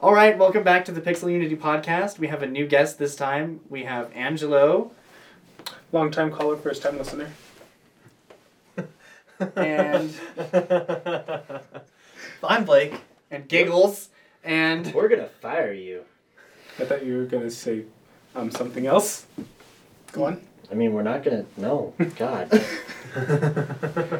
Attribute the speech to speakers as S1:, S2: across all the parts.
S1: All right, welcome back to the Pixel Unity podcast. We have a new guest this time. We have Angelo
S2: Long time caller, first time listener.
S1: and
S3: I'm Blake.
S1: and Giggles and
S4: We're gonna fire you.
S2: I thought you were gonna say um something else. Go on.
S4: I mean, we're not gonna. No, God,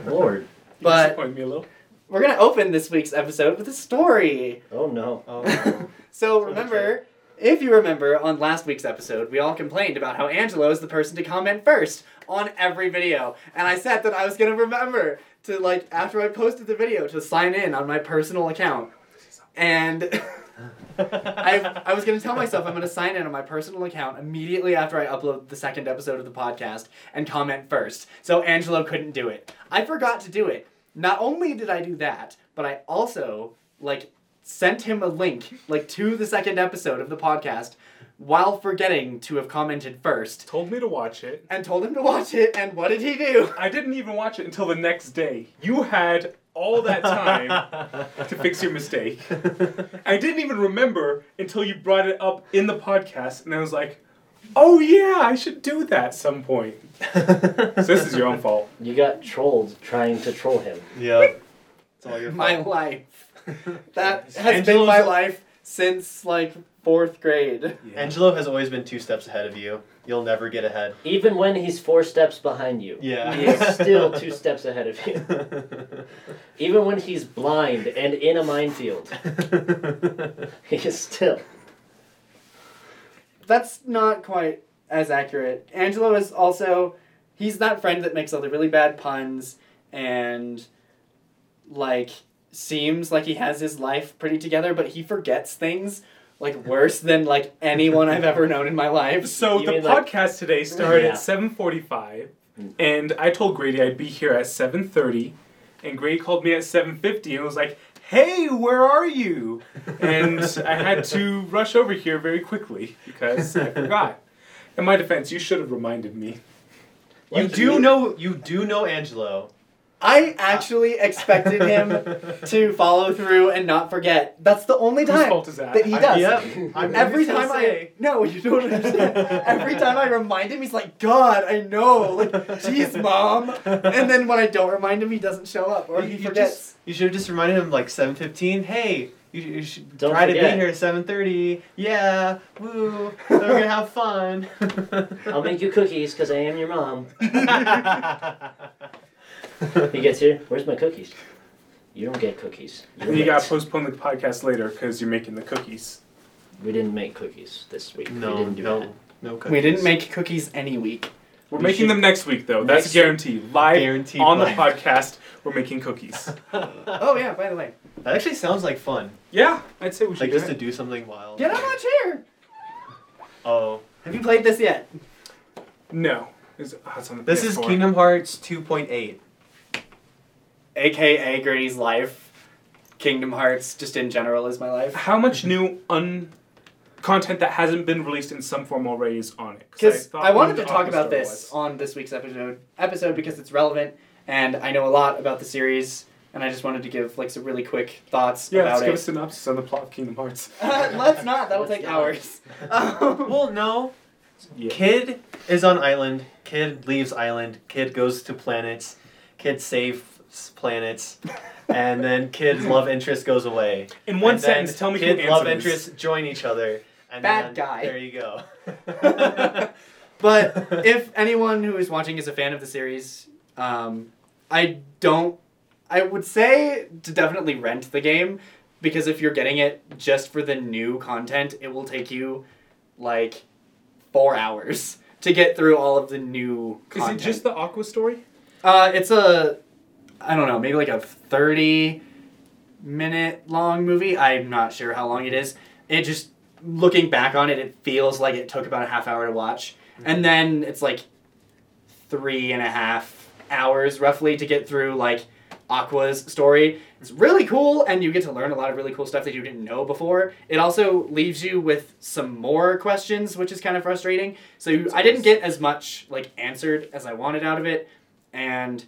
S4: Lord.
S2: You
S1: But-
S2: disappoint me a little.
S1: we're going to open this week's episode with a story.
S4: Oh no.
S3: oh,
S1: So remember, if you remember on last week's episode, we all complained about how Angelo is the person to comment first on every video, and I said that I was gonna remember to like after I posted the video to sign in on my personal account, and I I was gonna tell myself I'm gonna sign in on my personal account immediately after I upload the second episode of the podcast and comment first. So Angelo couldn't do it. I forgot to do it. Not only did I do that, but I also like sent him a link like to the second episode of the podcast while forgetting to have commented first
S2: Told me to watch it.
S1: and told him to watch it and what did he do
S2: I didn't even watch it until the next day. You had all that time to fix your mistake. I didn't even remember until you brought it up in the podcast, and I was like, "Oh yeah, I should do that at some point." So this is your own fault.
S4: You got trolled trying to troll him.
S3: Yep. It's all your fault.
S1: my life that has been
S3: Angelo's-
S1: my life since like fourth grade
S3: Angelo has always been two steps ahead of you. You'll never get ahead.
S4: Even when he's four steps behind you,
S3: Yeah.
S4: he's still two steps ahead of you. Even when he's blind and in a minefield, he is still.
S1: that's not quite as accurate angelo is also he's that friend that makes all the really bad puns and like seems like he has his life pretty together but he forgets things like worse than like anyone i've ever known in my life
S2: So
S4: You
S2: the
S4: mean, like-
S2: podcast today started
S4: Yeah.
S2: at seven forty-five, and I told Grady I'd be here at seven thirty, and Grady called me at seven fifty and was like, "Hey, where are you?" And I had to rush over here very quickly because I forgot. In my defense, you should have reminded me.
S3: You do know. You do know Angelo.
S1: I actually expected him to follow through and not forget. That's the only
S2: Whose
S1: time
S2: fault is that?
S1: that he
S2: I-
S1: does.
S3: Yep. I'm
S1: Every
S3: just gonna
S1: time I
S3: say.
S1: no, you don't understand. Every time I remind him, he's like, "God, I know." Like, "Jeez, mom." And then when I don't remind him, he doesn't show up or
S3: You-
S1: he
S3: you
S1: forgets.
S3: just- You should have just reminded him like seven fifteen. Hey, you, you should
S4: Don't
S3: try to
S4: forget.
S3: be here at seven thirty. Yeah, woo. Then we're gonna have fun.
S4: I'll make you cookies because I am your mom. He gets here. Where's my cookies? You don't get cookies.
S2: And you gotta postpone the podcast later because you're making the cookies.
S4: We didn't make cookies this week.
S3: no,
S4: we didn't do
S3: no,
S4: that.
S3: no.
S1: we didn't make cookies any week.
S2: We're
S4: We
S2: making
S4: should-
S2: them next week though. That's
S4: Next-
S2: a guarantee. Live
S3: Guaranteed
S2: on the
S3: live.
S2: podcast, we're making cookies.
S1: Oh yeah, by the way,
S3: That actually sounds like fun.
S2: Yeah, I'd say we should
S3: Like
S2: do
S3: just
S2: it.
S3: to do something wild.
S1: get on my chair.
S3: Oh,
S1: Have you played this yet?
S2: No. It's, oh, it's on the
S3: this is
S2: PS4.
S3: Kingdom Hearts two point eight.
S1: AKA Grady's life. Kingdom Hearts, just in general, is my life.
S2: How much new un content that hasn't been released in some form already is on it?
S1: Because
S2: thought
S1: I, wanted
S2: one
S1: to
S2: of
S1: talk
S2: the
S1: about
S2: episodes
S1: this
S2: was.
S1: on this week's episode episode because it's relevant and I know a lot about the series and I just wanted to give like some really quick thoughts
S2: Yeah, let's
S1: about
S2: give
S1: it.
S2: a synopsis on the plot of Kingdom Hearts.
S1: let's not. That'll
S4: Let's
S1: take
S4: not.
S1: hours. Um,
S3: Well, no,
S2: Yeah.
S3: Kid is on island. Kid leaves island. Kid goes to planets. Kid saves planets. And then kid love interest goes away.
S2: In one
S3: And then
S2: sentence, tell me
S3: kid
S2: who
S3: love
S2: answers.
S3: interest join each other. And
S1: Bad
S3: then,
S1: guy.
S3: There you go.
S1: but if anyone who is watching is a fan of the series, um, I don't. I would say to definitely rent the game because if you're getting it just for the new content, it will take you like four hours to get through all of the new
S2: Is it
S1: content.
S2: just the Aqua story?
S1: Uh, it's a, I don't know, maybe like a thirty minute long movie. I'm not sure how long it is. It just looking back on it, it feels like it took about a half hour to watch, and then it's like three and a half hours roughly to get through like Aqua's story. It's really cool, and you get to learn a lot of really cool stuff that you didn't know before. It also leaves you with some more questions, which is kind of frustrating. So you, I didn't get as much like answered as I wanted out of it, and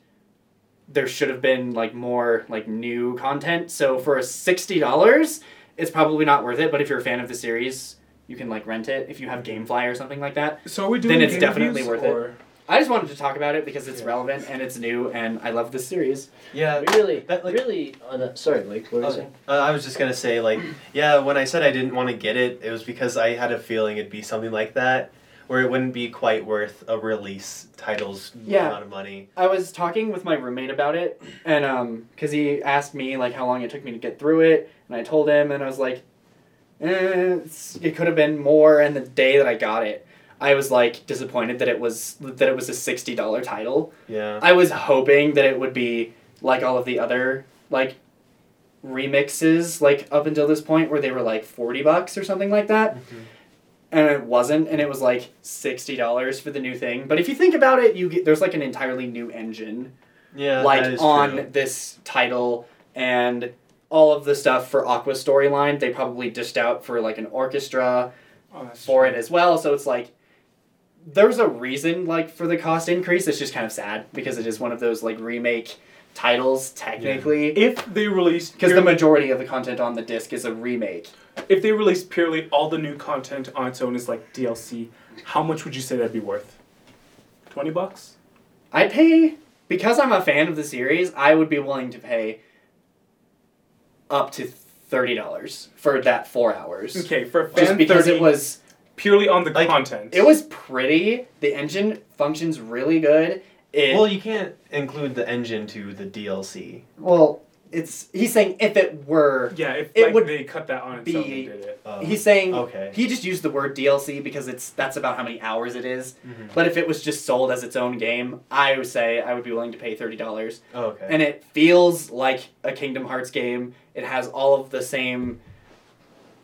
S1: there should have been like more like new content. So for a sixty dollars, It's probably not worth it, but if you're a fan of the series, you can like rent it if you have GameFly or something like that.
S2: So are we
S1: Then
S2: doing
S1: it's
S2: game
S1: definitely
S2: reviews,
S1: worth it.
S2: or-
S1: I just wanted to talk about it because it's
S4: Yeah.
S1: relevant and it's new, and I love this series.
S3: Yeah.
S4: really,
S3: that, like-
S4: really. On a, sorry, Mike. What were you
S3: Oh,
S4: saying?
S3: uh, I was just gonna say, like, yeah, when I said I didn't want to get it, it was because I had a feeling it'd be something like that, where it wouldn't be quite worth a release title's
S1: Yeah.
S3: amount of money.
S1: I was talking with my roommate about it, and um, cause he asked me like how long it took me to get through it, and I told him, and I was like, eh, it's, it could have been more. And the day that I got it, I was like disappointed that it was that it was a sixty dollar title.
S3: Yeah.
S1: I was hoping that it would be like all of the other like remixes like up until this point where they were like 40 bucks or something like that
S3: Mm-hmm.
S1: and it wasn't and it was like $60 for the new thing but if you think about it you get there's like an entirely new engine
S3: Yeah. that
S1: like
S3: is
S1: on
S3: true.
S1: this title and all of the stuff for aqua storyline they probably dished out for like an orchestra
S2: Oh, that's
S1: for it
S2: true.
S1: as well. So it's like there's a reason like for the cost increase. It's just kind of sad because it is one of those like remake titles technically.
S2: If they released
S1: Because the
S2: purely-
S1: majority of the content on the disc is a remake.
S2: if they released purely all the new content on its own as like DLC, how much would you say that'd be worth? Twenty bucks.
S1: I pay because I'm a fan of the series. I would be willing to pay up to thirty dollars for that four hours.
S2: Okay, for a fan
S1: Just because
S2: 30,
S1: it was
S2: purely on the
S3: Like,
S2: content.
S1: it was pretty. The engine functions really good. It,
S3: Well, you can't include the engine to the DLC.
S1: well, it's he's saying if it were
S2: yeah. If
S1: it
S2: like,
S1: would
S2: they cut that on its
S1: be-
S2: own, and did it.
S3: Um,
S1: He's saying
S3: okay.
S1: he just used the word DLC because it's that's about how many hours it is.
S3: Mm-hmm.
S1: But if it was just sold as its own game, I would say I would be willing to pay thirty dollars.
S3: Oh, okay.
S1: And it feels like a Kingdom Hearts game. It has all of the same.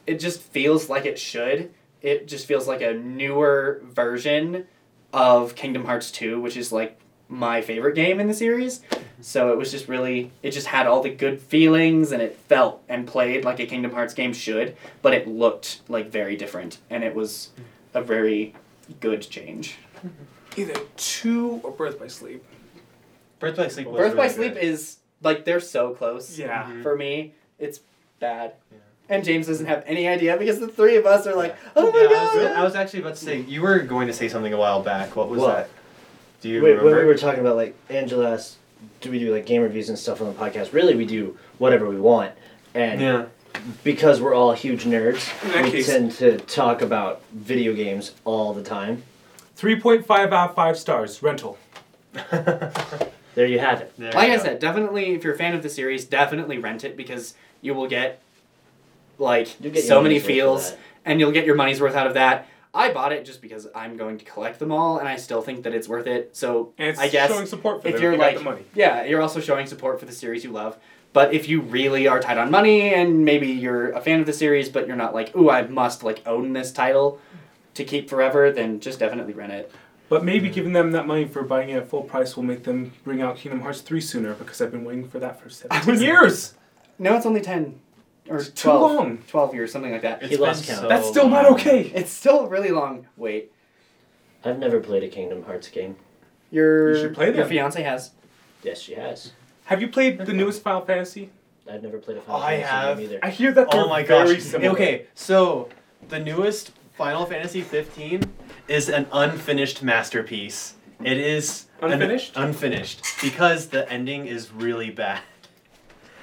S1: It just feels like it should. It just feels like a newer version of Kingdom Hearts two, which is like my favorite game in the series. So it was just really it just had all the good feelings and it felt and played like a Kingdom Hearts game should, but it looked like very different and it was a very good change.
S2: Either two or Birth by Sleep.
S3: Birth by Sleep. Was
S1: Birth by
S3: really
S1: Sleep
S3: good.
S1: is like they're so close.
S2: Yeah.
S3: Mhm.
S1: For me, it's bad.
S3: Yeah.
S1: And James doesn't have any idea because the three of us are like, oh my
S3: yeah, I was,
S1: god.
S3: really- I was actually about to say you were going to say something a while back. What was
S4: What?
S3: that? Do you
S4: Wait, when
S3: remember?
S4: we were talking about like Angela asked, do we do like game reviews and stuff on the podcast? Really, we do whatever we want, and
S3: yeah.
S4: because we're all huge nerds,
S2: In that
S4: we
S2: case-
S4: tend to talk about video games all the time.
S2: Three point five out of five stars rental.
S4: There you have it.
S3: There
S1: like
S3: you
S1: I
S3: go.
S1: said, definitely if you're a fan of the series, definitely rent it because you will get like
S4: You get your
S1: so many
S4: money's worth of
S1: feels
S4: that.
S1: and you'll get your money's worth out of that. I bought it just because I'm going to collect them all and I still think that it's worth it. So
S2: And it's
S1: I guess
S2: showing support for
S1: if
S2: them.
S1: you're
S2: you
S1: like
S2: got the money.
S1: Yeah, you're also showing support for the series you love. But if you really are tight on money and maybe you're a fan of the series but you're not like, ooh, I must like own this title to keep forever, then just definitely rent it.
S2: But maybe giving them that money for buying it at full price will make them bring out Kingdom Hearts 3 sooner because I've been waiting for that for 17
S1: was-
S2: years.
S1: No, it's only ten or
S2: It's too
S1: 12,
S2: long.
S1: twelve years, something like that.
S3: It's
S4: He
S3: been
S4: lost count.
S3: so
S2: That's still not
S3: long.
S2: okay.
S1: It's still a really long wait.
S4: I've never played a Kingdom Hearts game.
S1: Your
S2: You should play
S1: your
S2: them.
S1: fiance has.
S4: Yes, she has.
S2: Have you played the newest Final Fantasy?
S4: I've never played a Final
S3: I
S4: Fantasy
S3: have.
S4: game either.
S2: I hear that they're
S3: Oh my
S2: very
S3: gosh.
S2: similar.
S3: Okay, so the newest Final Fantasy 15 is an unfinished masterpiece. It is an-
S2: Unfinished?
S3: unfinished because the ending is really bad.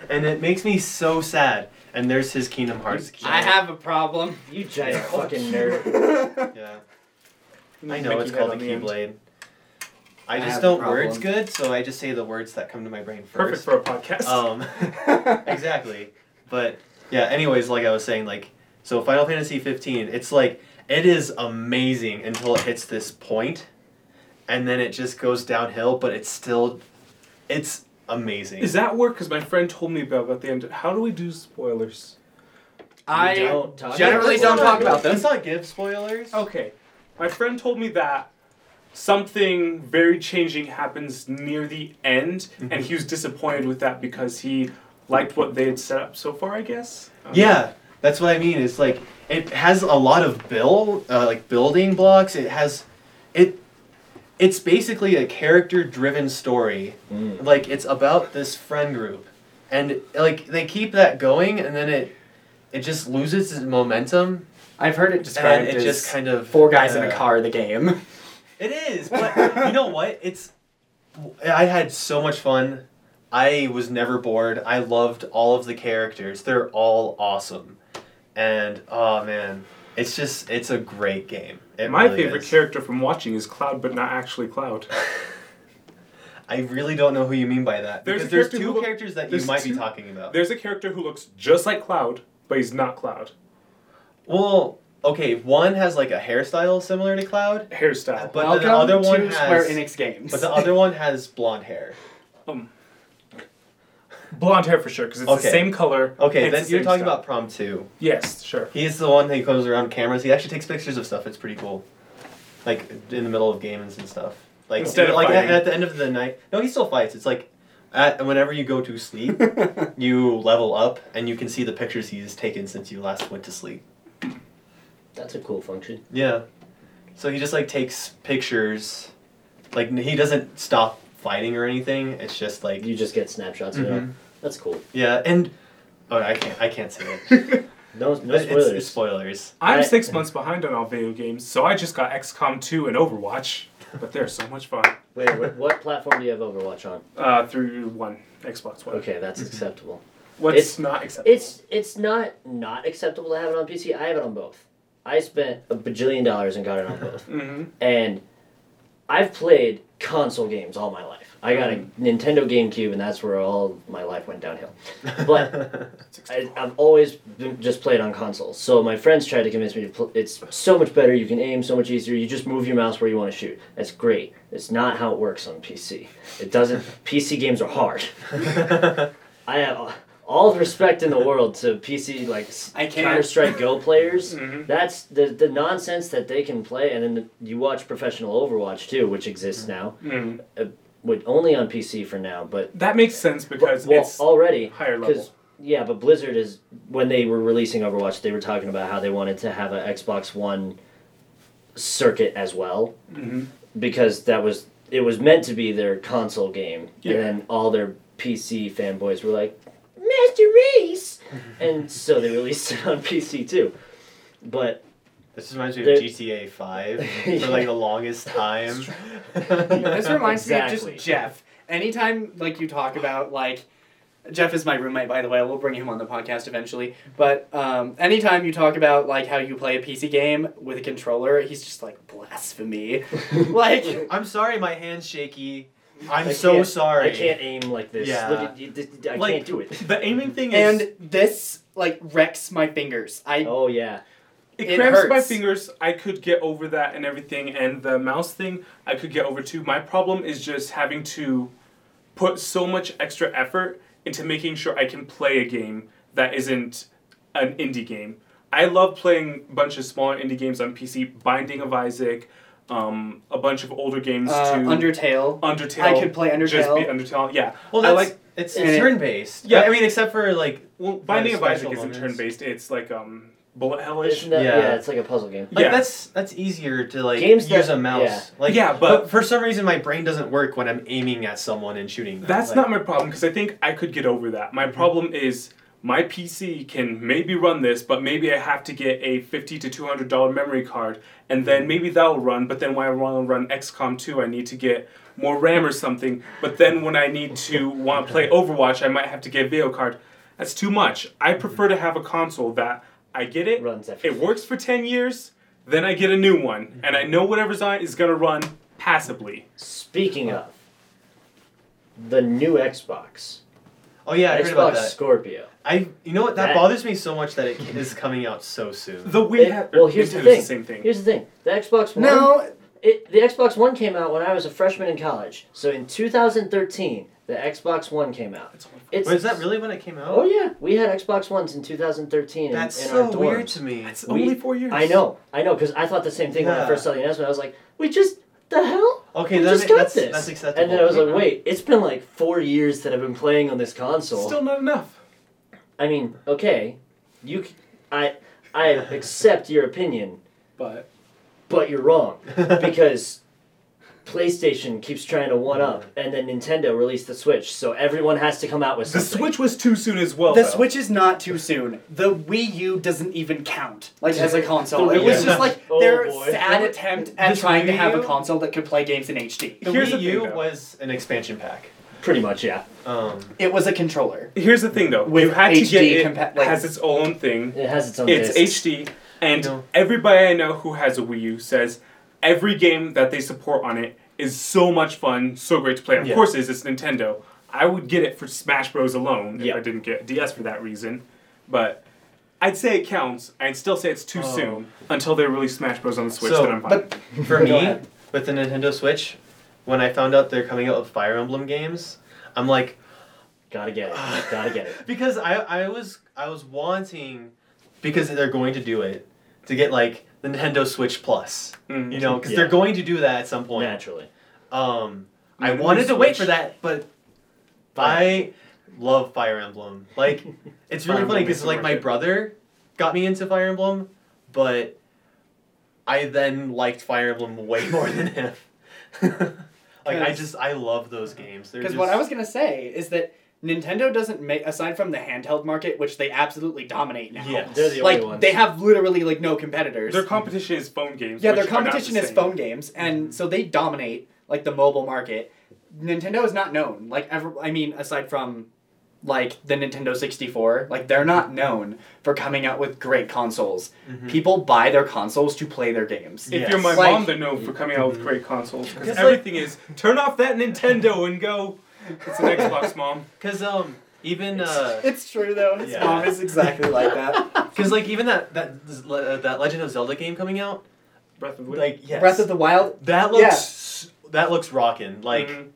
S3: And it makes me so sad. And there's his Kingdom Hearts.
S1: I have a problem.
S4: You giant
S3: Yeah.
S4: fucking nerd.
S3: Yeah. I know
S2: Mickey
S3: it's
S2: head
S3: called a
S2: on the end.
S3: keyblade. I
S1: I
S3: just
S1: have a
S3: don't
S1: problem.
S3: words good, so I just say the words that come to my brain
S2: Perfect
S3: first.
S2: for a podcast.
S3: Um, exactly. But yeah, anyways, like I was saying, like so Final Fantasy 15, it's like it is amazing until it hits this point and then it just goes downhill, but it's still it's amazing.
S2: Is that work? Because my friend told me about, about the end. How do we do spoilers?
S1: I
S4: don't talk
S1: generally
S4: about
S1: don't talk about
S4: spoilers.
S1: them.
S3: Let's not give spoilers.
S2: Okay. My friend told me that something very changing happens near the end, and he was disappointed with that because he liked what they had set up so far, I guess. Um,
S3: Yeah, that's what I mean. It's like it has a lot of build, uh, like building blocks. It has, it, it's basically a character-driven story.
S1: Mm.
S3: Like it's about this friend group, and like they keep that going, and then it, it just loses its momentum
S1: I've heard it
S3: and
S1: described
S3: it
S1: as
S3: just kind of
S1: four guys in a
S3: uh,
S1: car. The game.
S3: It is, but you know what? It's I had so much fun. I was never bored. I loved all of the characters. They're all awesome. And oh man, it's just it's a great game. It
S2: My
S3: really
S2: favorite
S3: is.
S2: character from watching is Cloud, but not actually Cloud.
S3: I really don't know who you mean by that.
S2: There's
S3: Because
S2: a
S3: there's,
S2: character
S3: two
S2: who look-
S3: characters that you
S2: there's
S3: might
S2: two-
S3: be talking about.
S2: There's a character who looks just like Cloud, but he's not Cloud.
S3: Well, okay, one has like a hairstyle similar to Cloud,
S2: Hairstyle.
S3: Uh, but
S1: Welcome
S3: the other one
S1: to
S3: has
S1: Square Enix games.
S3: but the other one has blonde hair.
S2: Blonde hair for sure, because it's
S3: Okay.
S2: the same color.
S3: Okay,
S2: and it's
S3: then
S2: the
S3: you're
S2: same
S3: talking
S2: style.
S3: about Prom 2.
S2: Yes, sure.
S3: He's the one that goes around cameras. He actually takes pictures of stuff. It's pretty cool. Like in the middle of games and stuff. Like
S2: Instead of
S3: like at,
S2: fighting.
S3: at the end of the night. No, he still fights. It's like at, whenever you go to sleep, you level up and you can see the pictures he's taken since you last went to sleep.
S4: That's a cool function.
S3: Yeah. So he just like takes pictures. Like he doesn't stop fighting or anything. It's just like
S4: You just get snapshots of it.
S3: Mhm.
S4: That's cool.
S3: yeah, and oh, I can't I can't say it.
S4: No, no
S3: It's-
S4: spoilers.
S3: it's spoilers.
S2: I'm
S4: Right.
S2: six months behind on all video games, so I just got XCOM 2 and Overwatch, but they're so much fun.
S4: Wait, what, what platform do you have Overwatch on?
S2: Uh, through one Xbox One.
S4: Okay, that's acceptable.
S2: What's
S4: It's-
S2: not acceptable?
S4: It's it's not not acceptable to have it on PC. I have it on both. I spent a bajillion dollars and got it on both.
S2: hmm
S4: and I've played console games all my life. I got a Nintendo GameCube, and that's where all my life went downhill. But I, I've always been, just played on consoles. So my friends tried to convince me to pl- it's so much better. You can aim so much easier. You just move your mouse where you want to shoot. That's great. It's not how it works on PC. It doesn't. PC games are hard. I have all the respect in the world to PC like
S1: I can't. Mm-hmm.
S4: Counter Strike Go players.
S2: Mhm.
S4: That's the the nonsense that they can play, and then the, you watch professional Overwatch too, which exists
S1: Mm-hmm.
S4: now, Uh,
S2: Mm.
S4: with only on PC for now, but
S2: That makes sense because
S4: well
S2: it's
S4: already
S2: higher level.
S4: because yeah, but Blizzard is when they were releasing Overwatch, they were talking about how they wanted to have an Xbox One circuit as well
S2: hmm
S4: because that was it was meant to be their console game,
S2: Yeah.
S4: and then all their PC fanboys were like, "Master Race," and so they released it on PC too. But
S3: This just reminds me
S4: There-
S3: of GTA Five for like the longest time.
S1: this reminds me
S4: Exactly.
S1: of just Jeff. Anytime like you talk about like Jeff is my roommate by the way. We'll bring him on the podcast eventually. But um, anytime you talk about like how you play a PC game with a controller, he's just like blasphemy. like
S3: I'm sorry, my hand's shaky. I'm
S4: I
S3: so
S4: can't-
S3: sorry.
S4: I can't aim like this.
S3: Yeah.
S4: Look at, you- th- th- I
S3: Like-
S4: can't do it.
S2: The aiming thing is
S1: and this like wrecks my fingers. I
S4: Oh yeah.
S2: it
S1: it
S2: cramps my
S1: hurts.
S2: fingers. I could get over that and everything, and the mouse thing I could get over too. My problem is just having to put so much extra effort into making sure I can play a game that isn't an indie game. I love playing a bunch of smaller indie games on PC, Binding of Isaac, um, a bunch of older games
S1: uh,
S2: too.
S1: Undertale.
S2: Undertale.
S1: I could play
S2: Just be
S1: Undertale.
S2: Undertale. Yeah.
S3: Well,
S2: I
S3: that's
S2: like
S3: it's
S1: And it-
S3: turn based.
S2: Yeah.
S3: Yeah, I mean, except for like
S2: well, Binding of Isaac
S3: special
S2: isn't
S3: moments.
S2: turn based. It's like um, bullet hellish.
S4: Isn't that, yeah.
S3: Yeah.
S4: it's like a puzzle game.
S3: like
S2: Yeah.
S3: that's that's easier to like
S4: Games
S3: use
S4: that-
S3: a mouse.
S4: yeah.
S3: Like
S2: Yeah, but-
S3: for some reason my brain doesn't work when I'm aiming at someone and shooting. Them.
S2: That's
S3: Like,
S2: not my problem because I think I could get over that.
S3: Mm-hmm.
S2: My problem is my PC can maybe run this, but maybe I have to get a fifty to two hundred dollar memory card, and
S3: Mm-hmm.
S2: then maybe that'll run. But then when I want to run XCOM two, I need to get more RAM or something. But then when I need to want to play Overwatch, I might have to get a video card. That's too much. I prefer to have a console that I get it,
S4: It runs
S2: it
S4: everything.
S2: works for ten years, then I get a new one, and I know whatever's on it is gonna run passably.
S4: Speaking of the new Xbox,
S3: Oh yeah, I heard about
S4: Xbox
S3: that.
S4: Scorpio.
S3: I you know what that,
S4: That-
S3: bothers me so much that it is coming out so soon.
S2: The Wii.
S4: It-
S2: ha-
S4: well, here's the
S2: Nintendo's
S4: thing.
S2: same thing.
S4: Here's the thing: the Xbox One.
S1: no,
S4: It, the Xbox One came out when I was a freshman in college. So in 2013, the Xbox One came out.
S2: It's all-
S4: It's,
S3: Wait, is that really when it came out?
S4: Oh yeah, we had Xbox Ones in 2013. in-
S3: That's
S4: in our
S3: so
S4: dorms.
S3: weird to me.
S2: It's
S4: We-
S2: only four years.
S4: I know, I know, because I thought the same thing when I
S3: Yeah.
S4: first saw the announcement. I was like, "We just the hell?
S3: Okay,
S4: we
S3: that
S4: just
S3: ma-
S4: got
S3: that's
S4: this."
S3: that's acceptable.
S4: and then I was like, "Wait, it's been like four years that I've been playing on this console.
S2: Still not enough.
S4: I mean, okay, you, c- I, I accept your opinion,
S2: But
S4: but you're wrong because PlayStation keeps trying to one up, and then Nintendo released the Switch, so everyone has to come out with
S2: The
S4: something.
S2: Switch was too soon as
S3: Oh,
S2: well.
S1: The
S2: though.
S1: Switch is not too soon. The Wii U doesn't even count, like as a console. It was
S3: Wii U.
S1: just like
S4: Oh,
S1: their
S4: boy.
S1: sad attempt at
S3: This
S1: trying to
S3: Wii
S1: have a
S3: U?
S1: console that could play games in HD.
S3: The
S2: Here's
S3: Wii
S2: the thing,
S3: U
S2: though.
S3: was an expansion pack.
S4: Pretty much, yeah.
S3: Um,
S1: It was a controller.
S2: Here's the thing, though.
S1: With
S2: you had to
S1: HD
S2: get it
S1: compa- like-
S2: has its own thing.
S4: It has its own.
S2: It's
S4: disc.
S2: HD, and
S3: No.
S2: everybody I know who has a Wii U says every game that they support on it is so much fun, so great to play. Of
S3: Yeah.
S2: course, it is. It's Nintendo. I would get it for Smash Bros. alone
S4: Yeah.
S2: if I didn't get DS for that reason, but I'd say it counts. I'd still say it's too
S3: Oh.
S2: soon until they release Smash Bros. on the Switch.
S3: So,
S2: then I'm fine.
S1: But
S3: for
S1: Go
S3: me,
S1: ahead.
S3: with the Nintendo Switch, when I found out they're coming out with Fire Emblem games, I'm like,
S4: Gotta get it. Gotta get it.
S3: because I I was I was wanting because they're going to do it to get like the Nintendo Switch Plus.
S2: Mm.
S3: You know, because
S4: Mm-hmm. Yeah.
S3: they're going to do that at some point.
S4: Naturally.
S3: Um, I
S2: Nintendo
S3: wanted to wait
S2: Switch.
S3: for that, but
S4: Fire.
S3: I love Fire Emblem. Like, it's really
S2: Fire Emblem
S3: funny
S2: makes
S3: because
S2: it
S3: like my
S2: worth it.
S3: brother got me into Fire Emblem, but I then liked Fire Emblem way more than him. like I
S1: 'Cause-
S3: just I love those games. They're
S1: because
S3: just
S1: what I was gonna say is that Nintendo doesn't make aside from the handheld market, which they absolutely dominate now.
S3: Yes.
S4: They're the only
S1: Like
S4: ones.
S1: they have literally like no competitors.
S2: their competition is phone games.
S1: yeah, their
S2: which are not the
S1: competition is
S2: same.
S1: phone games, and so they dominate like the mobile market. Nintendo is not known like ever. I mean, aside from like the Nintendo sixty four, like they're not known for coming out with great consoles. People buy their consoles to play their games.
S2: If
S3: Yes.
S2: you're my
S1: Like-
S2: mom, they're known for coming out with great consoles because
S3: 'Cause, like-
S2: everything is turn off that Nintendo and go. It's an Xbox, mom.
S3: because um even uh
S1: It's true though. His
S3: Yeah.
S1: mom is exactly like that.
S3: because like even that that uh, that Legend of Zelda game coming out
S2: Breath of Wind.
S3: like yes
S1: Breath of the Wild.
S3: that
S1: Yeah. Mm-hmm.
S3: looks that looks rockin' like.
S2: Mhm.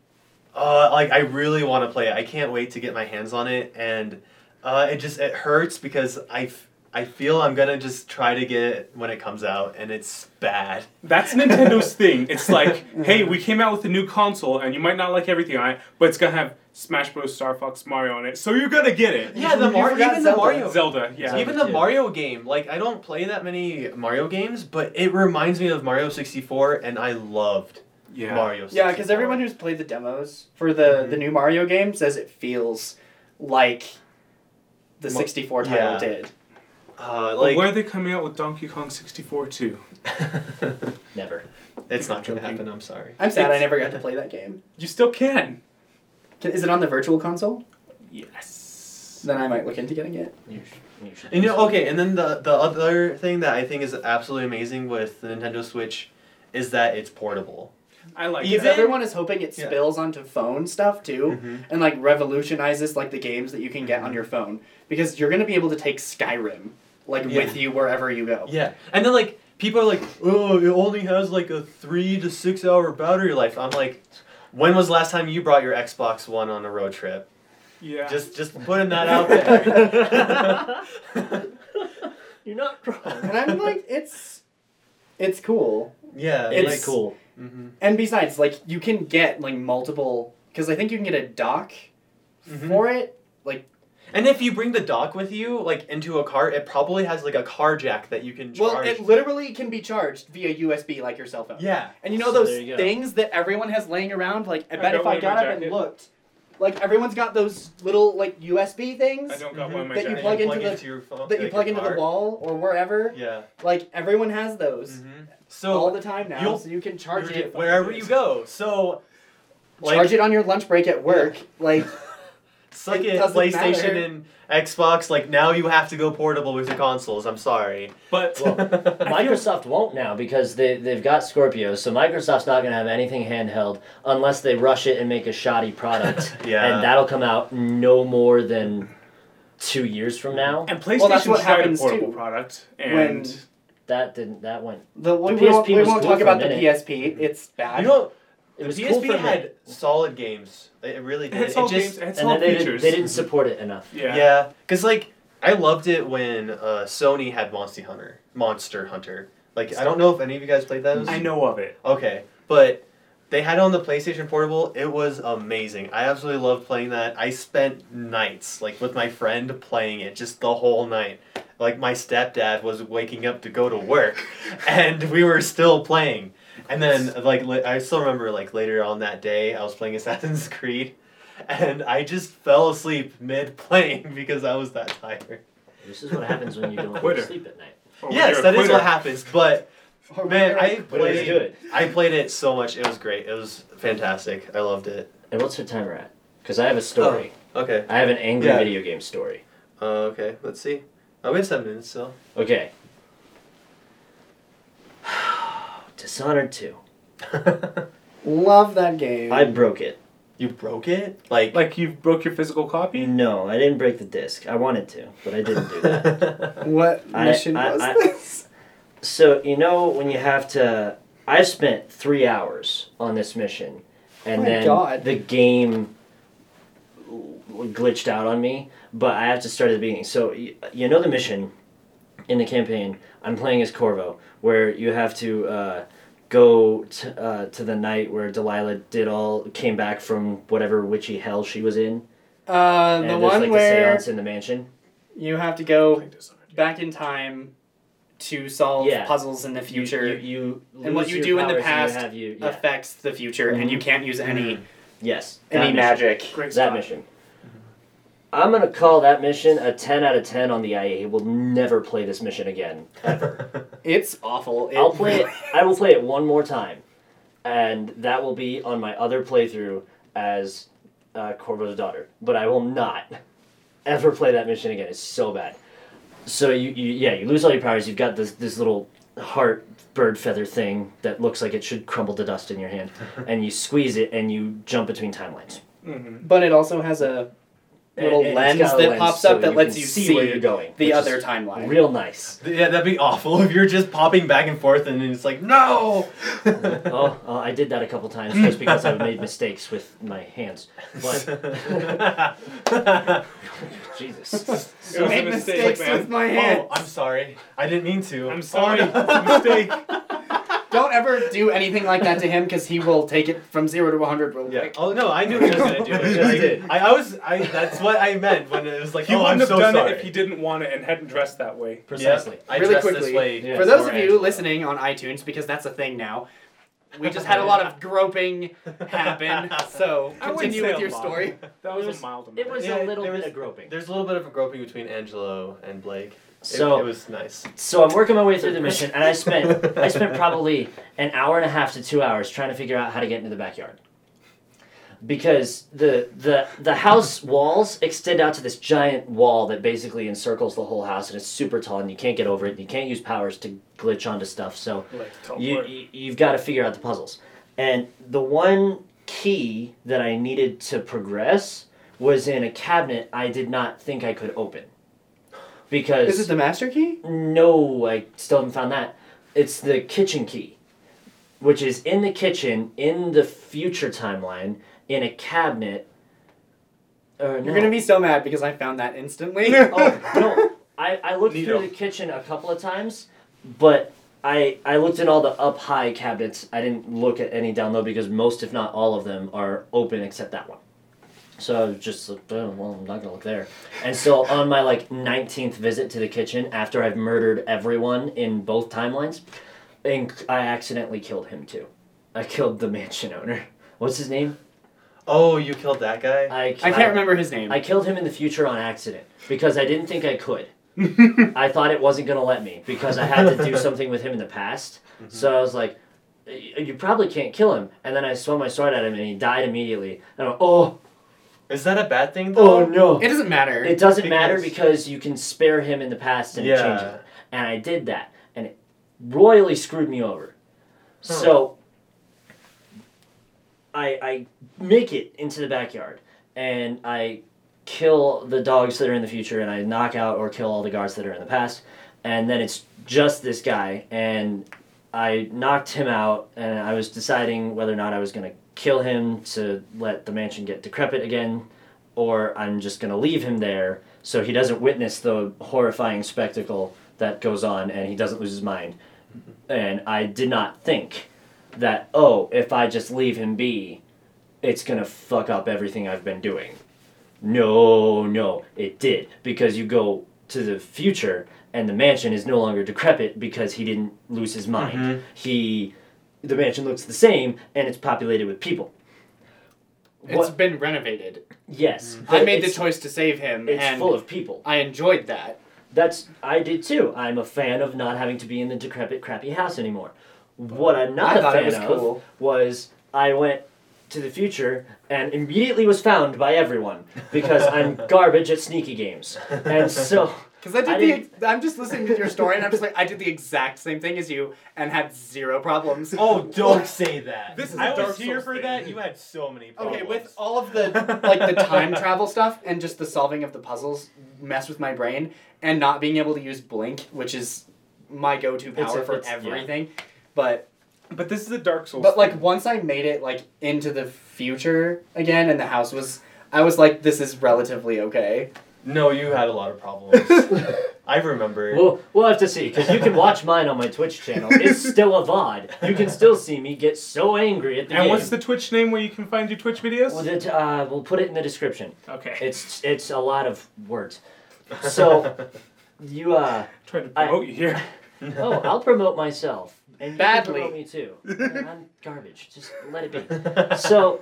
S3: Uh, like I really want to play it. I can't wait to get my hands on it, and uh, it just it hurts because I, f- I feel I'm gonna just try to get it when it comes out, and it's bad.
S2: That's Nintendo's thing. It's like, hey, we came out with a new console, and you might not like everything on it, but it's gonna have Smash Bros, Star Fox, Mario on it, so you're gonna get it.
S3: Yeah, the
S1: You
S3: Mar-
S1: forgot
S3: even the
S1: Zelda.
S3: Mario,
S2: Zelda, yeah.
S3: even
S4: Zelda
S3: the
S4: too.
S3: Mario game. Like I don't play that many Mario games, but it reminds me of Mario sixty four, and I loved
S2: yeah.
S3: Mario. 64.
S1: Yeah, because everyone who's played the demos for the the new Mario game says it feels like the
S3: Mo-
S1: 64 title
S3: yeah.
S1: did.
S3: uh,
S2: But
S3: like
S2: why are they coming out with Donkey Kong 64 too?
S4: Never.
S3: it's not gonna
S2: Joking.
S3: happen. I'm sorry.
S1: I'm sad I never got to play that game.
S2: You still can.
S1: Can, is it on the virtual console?
S2: Yes.
S1: Then I might look into getting it.
S4: You sh- you should.
S3: And you know, okay, and then the the other thing that I think is absolutely amazing with the Nintendo Switch is that it's portable.
S2: I like
S1: Because
S3: Even-
S2: that.
S1: everyone is hoping it
S3: Yeah. Mm-hmm.
S1: spills onto phone stuff too, and like revolutionizes like the games that you can get on your phone. Because you're gonna be able to take Skyrim like
S3: Yeah.
S1: with you wherever you go.
S3: Yeah, and then like people are like, oh, it only has like a three to six hour battery life. I'm like, when was the last time you brought your Xbox One on a road trip?
S2: Yeah.
S3: Just just putting that out there.
S4: You're not wrong.
S1: And I'm like, it's it's cool.
S3: yeah,
S4: It's
S1: It's-
S4: cool.
S3: hmm
S1: And besides, like you can get like multiple because I think you can get a dock
S3: Mm-hmm.
S1: for it. Like
S3: And if you bring the dock with you, like into a car, it probably has like a car jack that you can charge.
S1: well, it literally can be charged via USB like your cell phone.
S3: yeah.
S1: And you know
S4: So
S1: those
S4: there you go.
S1: things that everyone has laying around. Like I
S2: I
S1: bet
S2: got
S1: if
S2: one
S1: I
S2: in
S1: got
S2: my
S1: up and
S2: jacket.
S1: looked, like everyone's got those little like USB things
S2: I don't
S3: Mm-hmm.
S2: got
S3: Mhm.
S2: one in my
S1: That you
S2: jacket.
S1: plug
S3: it
S1: into the-
S3: your phone.
S1: that you
S3: like,
S1: plug
S3: your
S1: into the
S3: car.
S1: wall or wherever.
S3: Yeah.
S1: Like everyone has those
S3: Mhm.
S4: Mm-hmm.
S1: all
S3: So
S1: the time now,
S3: you'll-
S1: so you can charge
S3: you're-
S1: it
S3: wherever you go, so like,
S1: charge it on your lunch break at work. Like
S3: Suck
S1: It
S3: it,
S1: doesn't
S3: PlayStation
S1: matter.
S3: and Xbox. Like now, you have to go portable with the consoles. I'm sorry.
S2: but
S4: Microsoft won't now because they, they've got Scorpio, so Microsoft's not going to have anything handheld unless they rush it and make a shoddy product.
S3: Yeah.
S4: And that'll come out no more than two years from now.
S2: and PlayStation
S1: Well, that's what
S2: tried a
S1: happens,
S2: portable
S1: too.
S2: product
S1: When-
S2: and
S4: That didn't, that went,
S1: the, we,
S4: PSP
S1: won't, we
S4: was
S1: won't
S4: cool
S1: talk
S4: for a
S1: about the
S4: minute.
S1: PSP. It's bad.
S3: You know,
S4: it
S3: the
S4: was
S3: PSP
S4: cool for a
S3: had
S4: minute.
S3: solid games. It it really
S2: it
S3: did.
S2: had
S3: It
S2: solid
S3: just
S2: games, it had
S4: And then
S2: solid
S4: they
S2: features.
S4: didn't, they didn't support it enough.
S2: yeah.
S3: yeah, because like I loved it when uh, Sony had Monster Hunter. Monster Hunter. Like I don't know if any of you guys played those.
S2: I know of it.
S3: Okay, but they had it on the PlayStation Portable. It was amazing. I absolutely loved playing that. I spent nights like with my friend playing it, just the whole night. Like my stepdad was waking up to go to work, and we were still playing. And then like li- I still remember like later on that day I was playing Assassin's Creed, and I just fell asleep mid playing because I was that tired.
S4: This is what happens when you don't go
S2: Quitter.
S4: to sleep at night.
S2: Oh,
S3: yes,
S2: you're a
S3: that is
S2: quitter.
S3: what happens. But
S1: Or
S3: man, I
S1: whatever.
S4: But it was
S3: played
S4: good.
S3: I played it so much. It was great. It was fantastic. I loved it.
S4: And what's the timer at? Because I have a story.
S3: Okay.
S4: I have an angry
S3: Oh. Yeah.
S4: video game story.
S3: Uh, okay. Let's see. Oh, we have seven minutes still.
S4: Okay. Dishonored 2.
S1: love that game.
S4: I broke it.
S3: you broke it? Like.
S2: Like you broke your physical copy?
S4: No, I didn't break the disc. I wanted to, but I didn't do that.
S1: what
S4: I-
S1: mission
S4: I-
S1: was
S4: I-
S1: this?
S4: So you know when you have to, I spent three hours on this mission, and
S1: My
S4: then
S1: God.
S4: the game glitched out on me. But I have to start at the beginning. So y- you know the mission in the campaign. I'm playing as Corvo, where you have to uh, go t- uh, to the night where Delilah did all came back from whatever witchy hell she was in,
S1: Uh,
S4: and
S1: the
S4: there's
S1: one
S4: like
S1: where
S4: the seance in the mansion.
S1: you have to go back in time to solve
S4: Yeah.
S1: puzzles in the
S4: You-
S1: future
S4: you, you,
S1: And what
S4: lose
S1: you
S4: your
S1: do in the
S4: powers and you
S1: past
S4: have you- yeah. Mm-hmm.
S1: affects the future, and you can't use any
S4: yes, that
S1: any
S4: mission.
S1: magic.
S2: Great
S4: that
S2: stuff.
S4: mission. I'm gonna call that mission a 10 out of 10 on the IA. We'll never play this mission again.
S1: It's awful. It
S4: I'll play it.
S1: really-
S4: I will play it one more time, and that will be on my other playthrough as uh, Corvo's daughter. But I will not ever play that mission again. It's so bad. So you, you yeah, you lose all your powers. You've got this this little heart bird feather thing that looks like it should crumble to dust in your hand, and you squeeze it and you jump between timelines.
S1: But it also has a little
S4: And- and it's
S1: lens
S4: got
S1: that
S4: a lens
S1: pops
S4: so
S1: up that
S4: you
S1: lets
S4: can
S1: you
S4: see
S1: see,
S4: where you're going, which
S1: the
S4: is
S1: other timeline.
S4: Real nice.
S3: Yeah, that'd be awful if you're just popping back and forth and it's like, no!
S4: Oh, uh, I did that a couple times just because I made mistakes with my hands.
S3: Oh,
S4: But Jesus,
S2: It was a mistake, man.
S1: my
S3: oh, I'm sorry. I didn't mean to.
S2: I'm sorry.
S3: Oh,
S2: It's a mistake.
S1: Don't ever do anything like that to him because he will take it from zero to one hundred real
S3: no. Yeah.
S1: quick.
S3: Oh no, I knew he was gonna do it.
S4: You just
S3: Like,
S4: did.
S3: I, I was. I. That's what I meant when it was like,
S2: He
S3: oh, I'm
S2: wouldn't have
S3: so
S2: done
S3: sorry.
S2: it if he didn't want it and hadn't dressed that way.
S4: precisely.
S3: I
S1: Really
S3: dressed
S1: quickly,
S3: this way.
S4: Yeah.
S1: For those
S3: for
S1: of you
S3: Angela.
S1: listening on iTunes, because that's a thing now, we just had a lot of groping happen. So
S2: I wouldn't
S1: continue
S2: say
S1: with
S2: a
S1: your
S2: lot.
S1: story.
S2: That was
S4: It was-
S2: a mild amount.
S4: It was
S3: Yeah,
S4: a little
S3: there
S4: bit
S3: was-
S4: of groping.
S3: There's a little bit of a groping between Angelo and Blake. It-
S4: So-
S3: it was nice.
S4: So I'm working my way through the mission, and I spent I spent probably an hour and a half to two hours trying to figure out how to get into the backyard. Because the the the house walls extend out to this giant wall that basically encircles the whole house, and it's super tall, and you can't get over it, and you can't use powers to glitch onto stuff. So you, you you've got to figure out the puzzles. And the one key that I needed to progress was in a cabinet I did not think I could open. Because
S1: Is it the master key?
S4: no, I still haven't found that. It's the kitchen key, which is in the kitchen in the future timeline in a cabinet. Or no.
S1: You're gonna be so mad because I found that instantly.
S4: Oh no! I, I looked
S2: Neato.
S4: through the kitchen a couple of times, but I I looked in all the up high cabinets. I didn't look at any down low because most, if not all of them, are open except that one. So I was just like, oh, well, I'm not gonna look there. And so on my like 19th visit to the kitchen after I've murdered everyone in both timelines, and I accidentally killed him too. I killed the mansion owner. What's his name?
S3: Oh, you killed that guy.
S4: I
S1: I can't remember his name.
S4: I killed him in the future on accident because I didn't think I could. I thought it wasn't going to let me because I had to do something with him in the past. So I was like, "Y- you probably can't kill him. And then I swung my sword at him and he died immediately. And I'm like, oh,
S3: Is that a bad thing though?
S4: oh no.
S1: it doesn't matter.
S4: It doesn't matter
S3: Because-
S4: because you can spare him in the past and
S3: Yeah.
S4: change it. And I did that. And it royally screwed me over. So I, I make it into the backyard and I kill the dogs that are in the future and I knock out or kill all the guards that are in the past. And then it's just this guy and I knocked him out and I was deciding whether or not I was going to kill him to let the mansion get decrepit again or I'm just going to leave him there so he doesn't witness the horrifying spectacle that goes on and he doesn't lose his mind. And I did not think that, oh, if I just leave him be, it's going to fuck up everything I've been doing. No, no, it did. Because you go to the
S1: Mm-hmm.
S4: future and the mansion is no longer decrepit because he didn't lose his mind. He the mansion looks the same and it's populated with people.
S1: It's been renovated.
S4: Yes,
S1: I
S4: but
S1: made the
S4: it's-
S1: choice to save him,
S4: It's
S1: and
S4: full of people.
S1: I enjoyed that.
S4: That's I did too. I'm a fan of not having to be in the decrepit, crappy house anymore. What I'm not
S1: I
S4: a
S1: thought it
S4: fan
S1: was
S4: of
S1: cool.
S4: was I went to the future and immediately was found by everyone because I'm garbage at sneaky games, and so
S1: Because I did
S4: I
S1: the.
S4: didn't-
S1: ex- I'm just listening to your story, and I'm just like, I did the exact same thing as you, and had zero problems.
S3: Oh, don't say that.
S2: This is
S3: I
S2: a Dark
S3: was here
S2: Souls
S3: for
S2: thing.
S3: that. You had so many problems.
S1: Okay, with all of the like the time travel stuff and just the solving of the puzzles mess with my brain, and not being able to use blink, which is my go-to
S4: It's
S1: power
S4: a-
S1: for
S4: it's- yeah.
S1: everything. But
S2: But this is the Dark Souls.
S1: but like
S2: thing.
S1: once I made it like into the future again, and the house was, I was like, this is relatively okay.
S3: No, you had a lot of problems. I remember.
S4: we'll we'll have to see because you can watch mine on my Twitch channel. It's still a VOD. You can still see me get so angry at the
S2: And
S4: game.
S2: what's the Twitch name where you can find your Twitch videos?
S4: Well, that, uh, we'll put it in the description.
S2: okay.
S4: It's it's a lot of words. So you uh.
S2: trying to
S4: I-
S2: promote you here.
S4: Oh, I'll promote myself. And you can
S1: Badly.
S4: promote me too. And I'm garbage. Just let it be. So,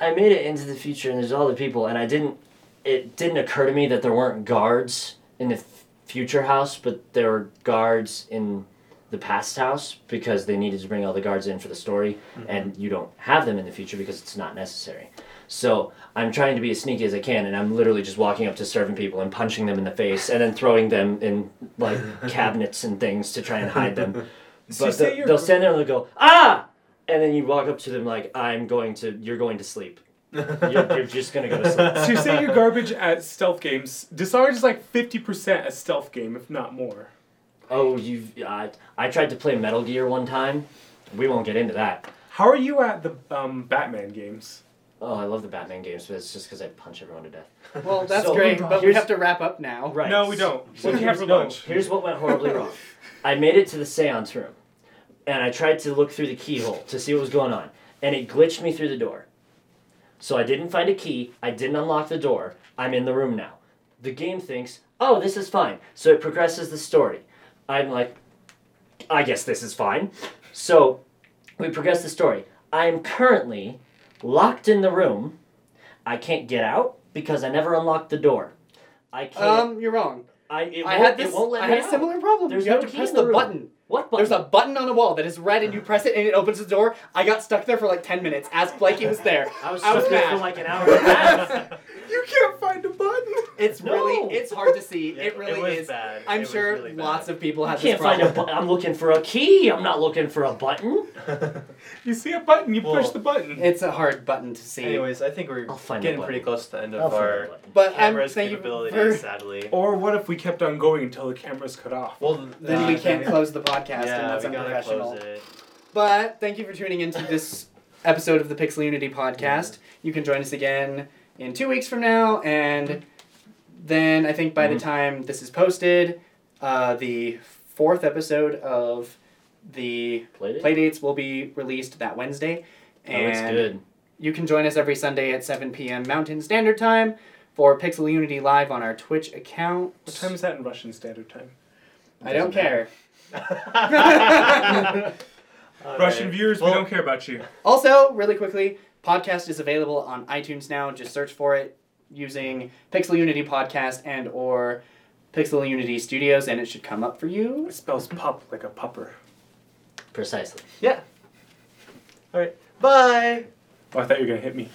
S4: I made it into the future, and there's all the people, and I didn't. It didn't occur to me that there weren't guards in the f- future house, but there were guards in the past house because they needed to bring all the guards in for the story,
S2: Mm-hmm.
S4: and you don't have them in the future because it's not necessary. So I'm trying to be as sneaky as I can, and I'm literally just walking up to serving people and punching them in the face, and then throwing them in like cabinets and things to try and hide them.
S2: So you
S4: But
S2: say
S4: they'll,
S2: you're-
S4: they'll stand there and they'll go ah, and then you walk up to them like I'm going to, you're going to sleep. You're, you're just gonna go to sleep.
S2: So you say you're garbage at stealth games. Dishonored is like 50% a stealth game, if not more.
S4: Oh, you. I I tried to play Metal Gear one time. We won't get into that.
S2: How are you at the um, Batman games?
S4: Oh, I love the Batman games, but it's just because I punch everyone to death.
S1: Well, that's
S4: So-
S1: great, but we
S4: Here's-
S1: have to wrap up now.
S4: Right.
S2: No, we don't.
S4: So
S2: What do you have
S4: here's,
S2: for
S4: no,
S2: lunch?
S4: here's what went horribly wrong. I made it to the seance room, and I tried to look through the keyhole to see what was going on, and it glitched me through the door. So I didn't find a key, I didn't unlock the door, I'm in the room now. The game thinks, oh, this is fine. So it progresses the story. I'm like, I guess this is fine. So we progress the story. I am currently locked in the room. I can't get out because I never unlocked the door. I can't.
S1: Um, you're wrong.
S4: I, it
S1: I
S4: won't-
S1: had this.
S4: It won't let
S1: I
S4: me
S1: had a
S4: out.
S1: similar problem.
S4: There's
S1: you
S4: no
S1: have to
S4: key
S1: press
S4: in the
S1: the
S4: room.
S1: button.
S4: What button?
S1: There's a button on a wall that is red, and you press it, and it opens the door. I got stuck there for like ten minutes. As Blakey was there,
S4: I was
S1: I was
S4: stuck there for
S1: mad.
S4: like an hour and a half.
S2: You can't find a button!
S1: It's
S4: No.
S1: really, it's hard to see. it really
S3: was
S1: is.
S3: Bad.
S1: I'm
S3: It was
S1: sure
S3: really
S1: lots
S3: bad.
S1: of people
S4: I
S1: have
S4: can't
S1: this
S4: find a
S1: problem.
S4: button. I'm looking for a key. I'm not looking for a button.
S2: You see a button, you push
S3: Well,
S2: the button.
S1: It's a hard button to see.
S3: Anyways, I think we're
S4: I'll find
S3: getting
S4: the
S3: pretty close to the end
S4: I'll
S3: of
S4: find the
S3: our
S4: button.
S1: but I'm
S3: camera's
S1: thank you
S3: capabilities,
S1: for.
S3: sadly.
S2: Or what if we kept on going until the camera's cut off?
S3: Well,
S1: Then
S3: uh,
S1: we can't close the podcast, and
S3: Yeah,
S1: that's
S3: we gotta
S1: unprofessional.
S3: close it.
S1: But thank you for tuning into this episode of the Pixel Unity podcast. You can join us again in two weeks from now, and then I think by
S4: Mm-hmm.
S1: the time this is posted, uh, the fourth episode of the
S4: Played it.
S1: Playdates will be released that Wednesday.
S4: That looks
S1: And
S4: good.
S1: you can join us every Sunday at 7 p.m. Mountain Standard Time for Pixel Unity Live on our Twitch account.
S2: What time is that in Russian Standard Time?
S1: I don't care.
S3: All
S2: Russian
S3: right.
S2: viewers,
S3: Well,
S2: we don't care about you.
S1: Also, really quickly, podcast is available on iTunes now. Just search for it using Pixel Unity Podcast and or Pixel Unity Studios, and it should come up for you.
S2: It spells pup like a pupper.
S4: Precisely.
S3: Yeah. All right. Bye.
S2: Oh, I thought you were going to hit me.